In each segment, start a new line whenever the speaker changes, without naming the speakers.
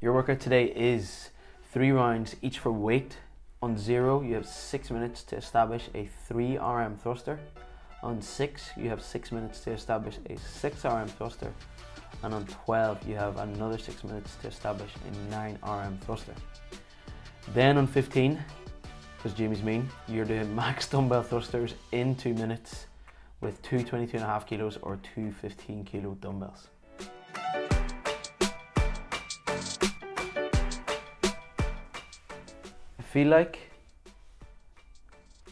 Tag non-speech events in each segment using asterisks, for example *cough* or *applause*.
Your workout today is three rounds, each for weight. On zero, you have six minutes to establish a three RM thruster. On six, you have six minutes to establish a six RM thruster. And on 12, you have another six minutes to establish a nine RM thruster. Then on 15, because Jamie's mean, you're doing *laughs* max dumbbell thrusters in two minutes with two 22 and a half kilos or two 15 kilo dumbbells. I feel like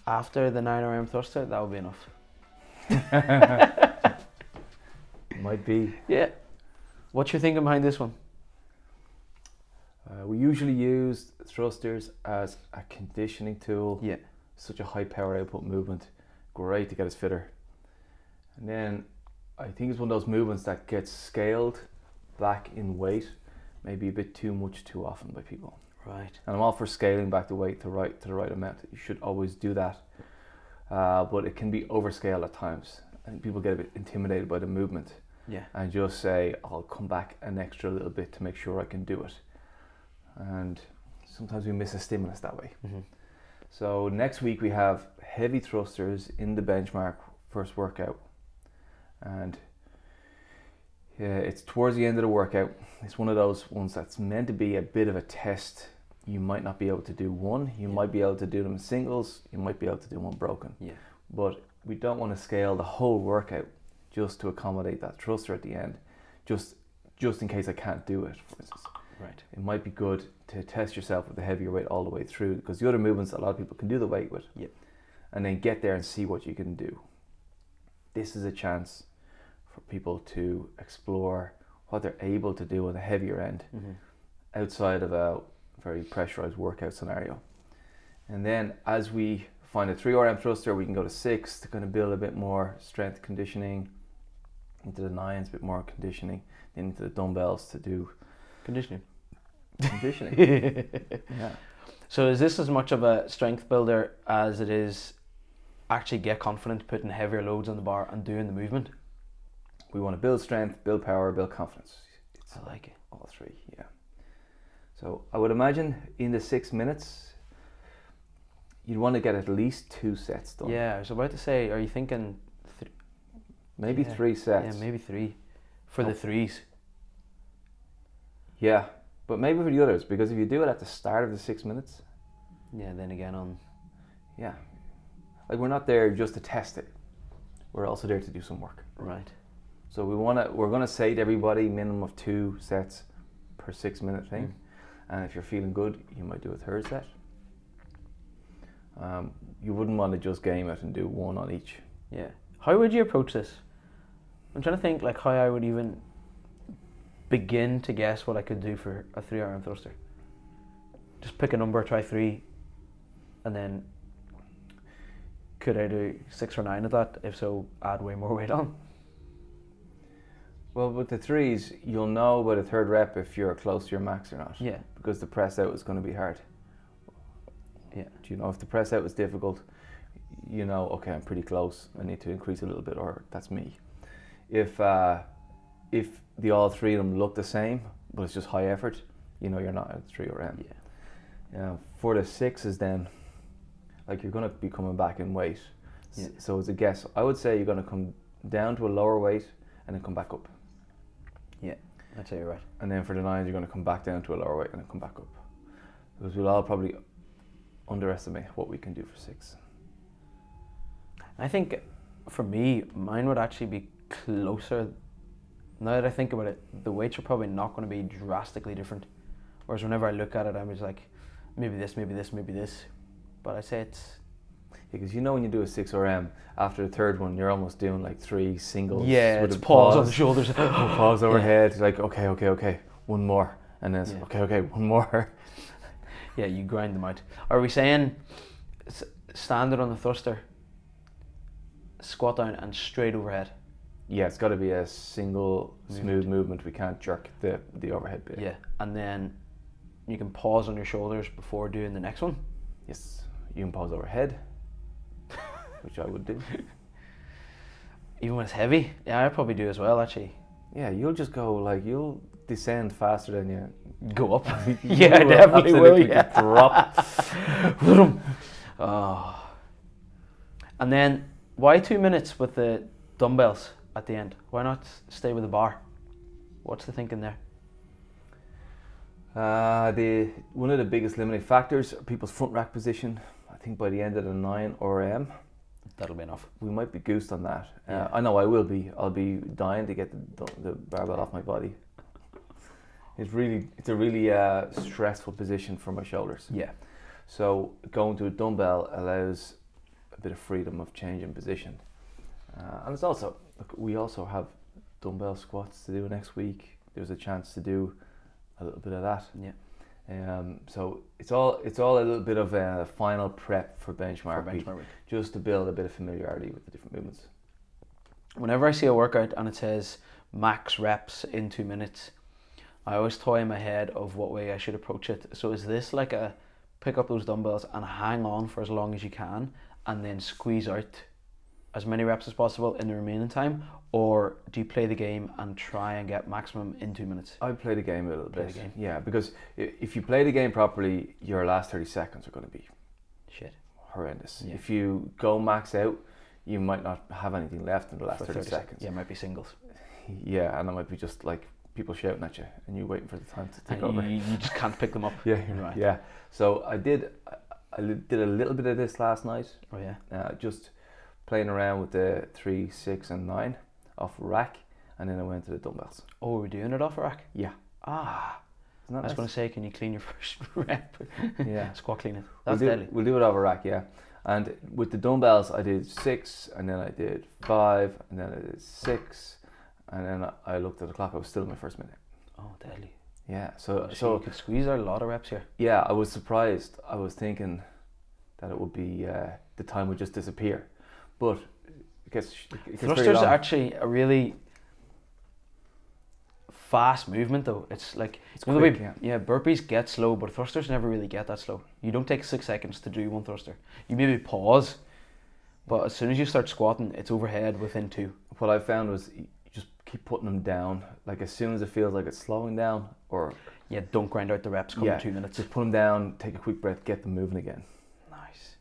after the 9 RM thruster, that would be enough.
Might be.
Yeah. What's your thinking behind this one?
Uh, we usually use thrusters as a conditioning tool.
Yeah.
Such a high power output movement. Great to get us fitter. And then I think it's one of those movements that gets scaled back in weight, maybe a bit too much too often by people.
Right.
And I'm all for scaling back the weight to right to the right amount. You should always do that. Uh, but it can be overscaled at times. I think people get a bit intimidated by the movement
Yeah.
and just say, I'll come back an extra little bit to make sure I can do it. And sometimes we miss a stimulus that way.
Mm-hmm.
So next week we have heavy thrusters in the benchmark first workout, and yeah, it's towards the end of the workout. It's one of those ones that's meant to be a bit of a test. You might not be able to do one. You
Yeah.
might be able to do them in singles. You might be able to do one broken.
Yeah.
But we don't want to scale the whole workout just to accommodate that thruster at the end, just just in case I can't do it. For instance
Right.
it might be good to test yourself with the heavier weight all the way through because the other movements a lot of people can do the weight with
Yeah.
and then get there and see what you can do this is a chance for people to explore what they're able to do on the heavier end
Mm-hmm.
outside of a very pressurized workout scenario. And then as we find a 3RM thruster, we can go to six to kind of build a bit more strength conditioning, into the nines, a bit more conditioning, then into the dumbbells to do
Conditioning. *laughs*
conditioning. *laughs* yeah.
So is this as much of a strength builder as it is actually get confident putting heavier loads on the bar and doing the movement?
We want to build strength, build power, build confidence. It's
I like it.
all three, yeah. So I would imagine in the six minutes, you'd want to get at least two sets done.
Yeah, I was about to say, are you thinking
Maybe
Yeah.
three
yeah,
sets.
maybe three for the
Oh.
threes?
Yeah, but maybe for the others, because if you do it at the start of the six minutes,
Yeah, then again on
yeah. Like we're not there just to test it. We're also there to do some work.
right.
So we wanna we're gonna say to everybody minimum of two sets per six minute thing. And if you're feeling good, you might do a third set. Um, you wouldn't want to just game it and do one on each.
Yeah. How would you approach this? I'm trying to think like how I would even begin to guess what I could do for a three RM thruster. Just pick a number, try three, and then could I do six or nine of that? If so, add way more *laughs* weight on.
Well, with the threes, you'll know by the third rep if you're close to your max or not.
Yeah.
because the press out is going to be hard.
Yeah.
Do you know if the press out was difficult, you know, okay, I'm pretty close. I need to increase a little bit, or that's me. If uh, if the all three of them look the same, but it's just high effort, you know, you're not at three or M.
Um, Yeah.
Yeah. For the sixes, then, like you're going to be coming back in weight. S-
Yeah.
So it's a guess. I would say you're going to come down to a lower weight and then come back up.
I'd say you're right.
And then for the nines, you're going to come back down to a lower weight and then come back up. Because we'll all probably underestimate what we can do for six.
I think for me, mine would actually be closer. Now that I think about it, the weights are probably not going to be drastically different. Whereas whenever I look at it, I'm just like, maybe this, maybe this, maybe this. But I say it's
Because you know when you do a six RM, after the third one, you're almost doing like three singles.
yeah,
with
it's
a Oh,
pause on the
*laughs*
shoulders. *laughs*
pause overhead. Like okay, okay, okay, one more, and then it's
Yeah.
okay, okay, one more. *laughs*
Yeah, you grind them out. Are we saying s- standard on the thruster, squat down and straight overhead?
yeah, it's got to be a single smooth
Movement.
movement. We can't jerk the the overhead bit.
Yeah, and then you can pause on your shoulders before doing the next one.
Yes, you can pause overhead, which I would do.
*laughs* Even when it's heavy, yeah, I probably do as well actually.
Yeah, you'll just go like you'll descend faster than you go *laughs* up.
*laughs* Yeah,
You
definitely will,
absolutely
yeah.
just
*laughs*
Drop. Vroom.
Oh. And then why two minutes with the dumbbells at the end? Why not stay with the bar? What's the thinking there?
Uh, the one of the biggest limiting factors are people's front rack position. I think by the end of the nine RM,
That'll be enough.
we might be goosed on that. Uh,
Yeah.
I know I will be. I'll be dying to get the, the barbell off my body. It's really, it's a really uh, stressful position for my shoulders.
Yeah.
So going to a dumbbell allows a bit of freedom of changing position, uh, and it's also look, we also have dumbbell squats to do next week. There's a chance to do a little bit of that.
Yeah.
Um, so it's all it's all a little bit of a final prep for benchmark,
For
week,
benchmark week.
just to build a bit of familiarity with the different movements.
Whenever I see a workout and it says max reps in two minutes, I always toy in my head of what way I should approach it. So is this like a pick up those dumbbells and hang on for as long as you can and then squeeze out as many reps as possible in the remaining time? Or do you play the game and try and get maximum in two minutes?
I play the game a little
Play the
bit.
game.
Yeah, because i- if you play the game properly, your last thirty seconds are going to be
Shit.
horrendous.
Yeah.
If you go max out, you might not have anything left in the last
for
30, seconds.
Yeah, it might be singles.
Yeah. and that might be just like people shouting at you and you waiting for the time to take
And *laughs*
over.
you, you just can't pick them up.
*laughs* yeah, you're
Right.
right. Yeah. So I did I- I li- did a little bit of this last night,
Oh yeah.
uh, just playing around with the 3, 6 and 9 off rack and then I went to the dumbbells.
Oh, we're doing it off a rack.
Yeah.
Ah,
Isn't that
I was
nice?
going to say, can you clean your *laughs* first rep? *laughs*
Yeah.
Squat clean it. That's
we'll do,
deadly.
We'll do it over rack, yeah. And with the dumbbells, I did six, and then I did five, and then I did six, and then I- I looked at the clock. I was still in my first minute.
Oh, deadly.
Yeah. So
So, you
so
could squeeze out a lot of reps here.
yeah, I was surprised. I was thinking that it would be uh, the time would just disappear, but it gets it gets very
Thrusters
long.
are actually a really fast movement, though. It's like
It's
you know the way-
quick, yeah.
burpees get slow, but thrusters never really get that slow. You don't take six seconds to do one thruster. You maybe pause, but as soon as you start squatting, it's overhead within two.
What I found was you just keep putting them down. Like as soon as it feels like it's slowing down, or
Yeah, don't grind out the reps. Come
Yeah.
in two minutes.
just put them down, take a quick breath, get them moving again.
Nice.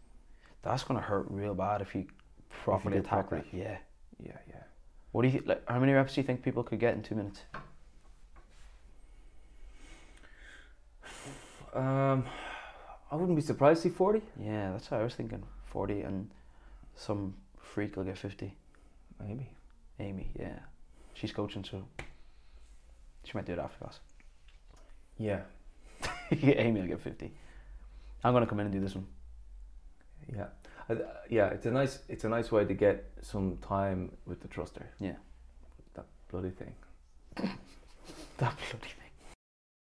That's gonna hurt real bad if you properly
do it
attack
properly.
that. Yeah.
Yeah, yeah.
What do you like? How many reps do you think people could get in two minutes?
Um, I wouldn't be surprised to see 40.
Yeah, that's how I was thinking. Forty and some freak will get fifty.
Maybe.
Amy, yeah, she's coaching, so she might do it after class. *laughs*
Yeah.
Amy will get fifty. I'm gonna come in and do this one. *laughs*
Yeah. I, yeah, it's a nice it's a nice way to get some time with the thruster.
Yeah.
That bloody thing.
That bloody thing.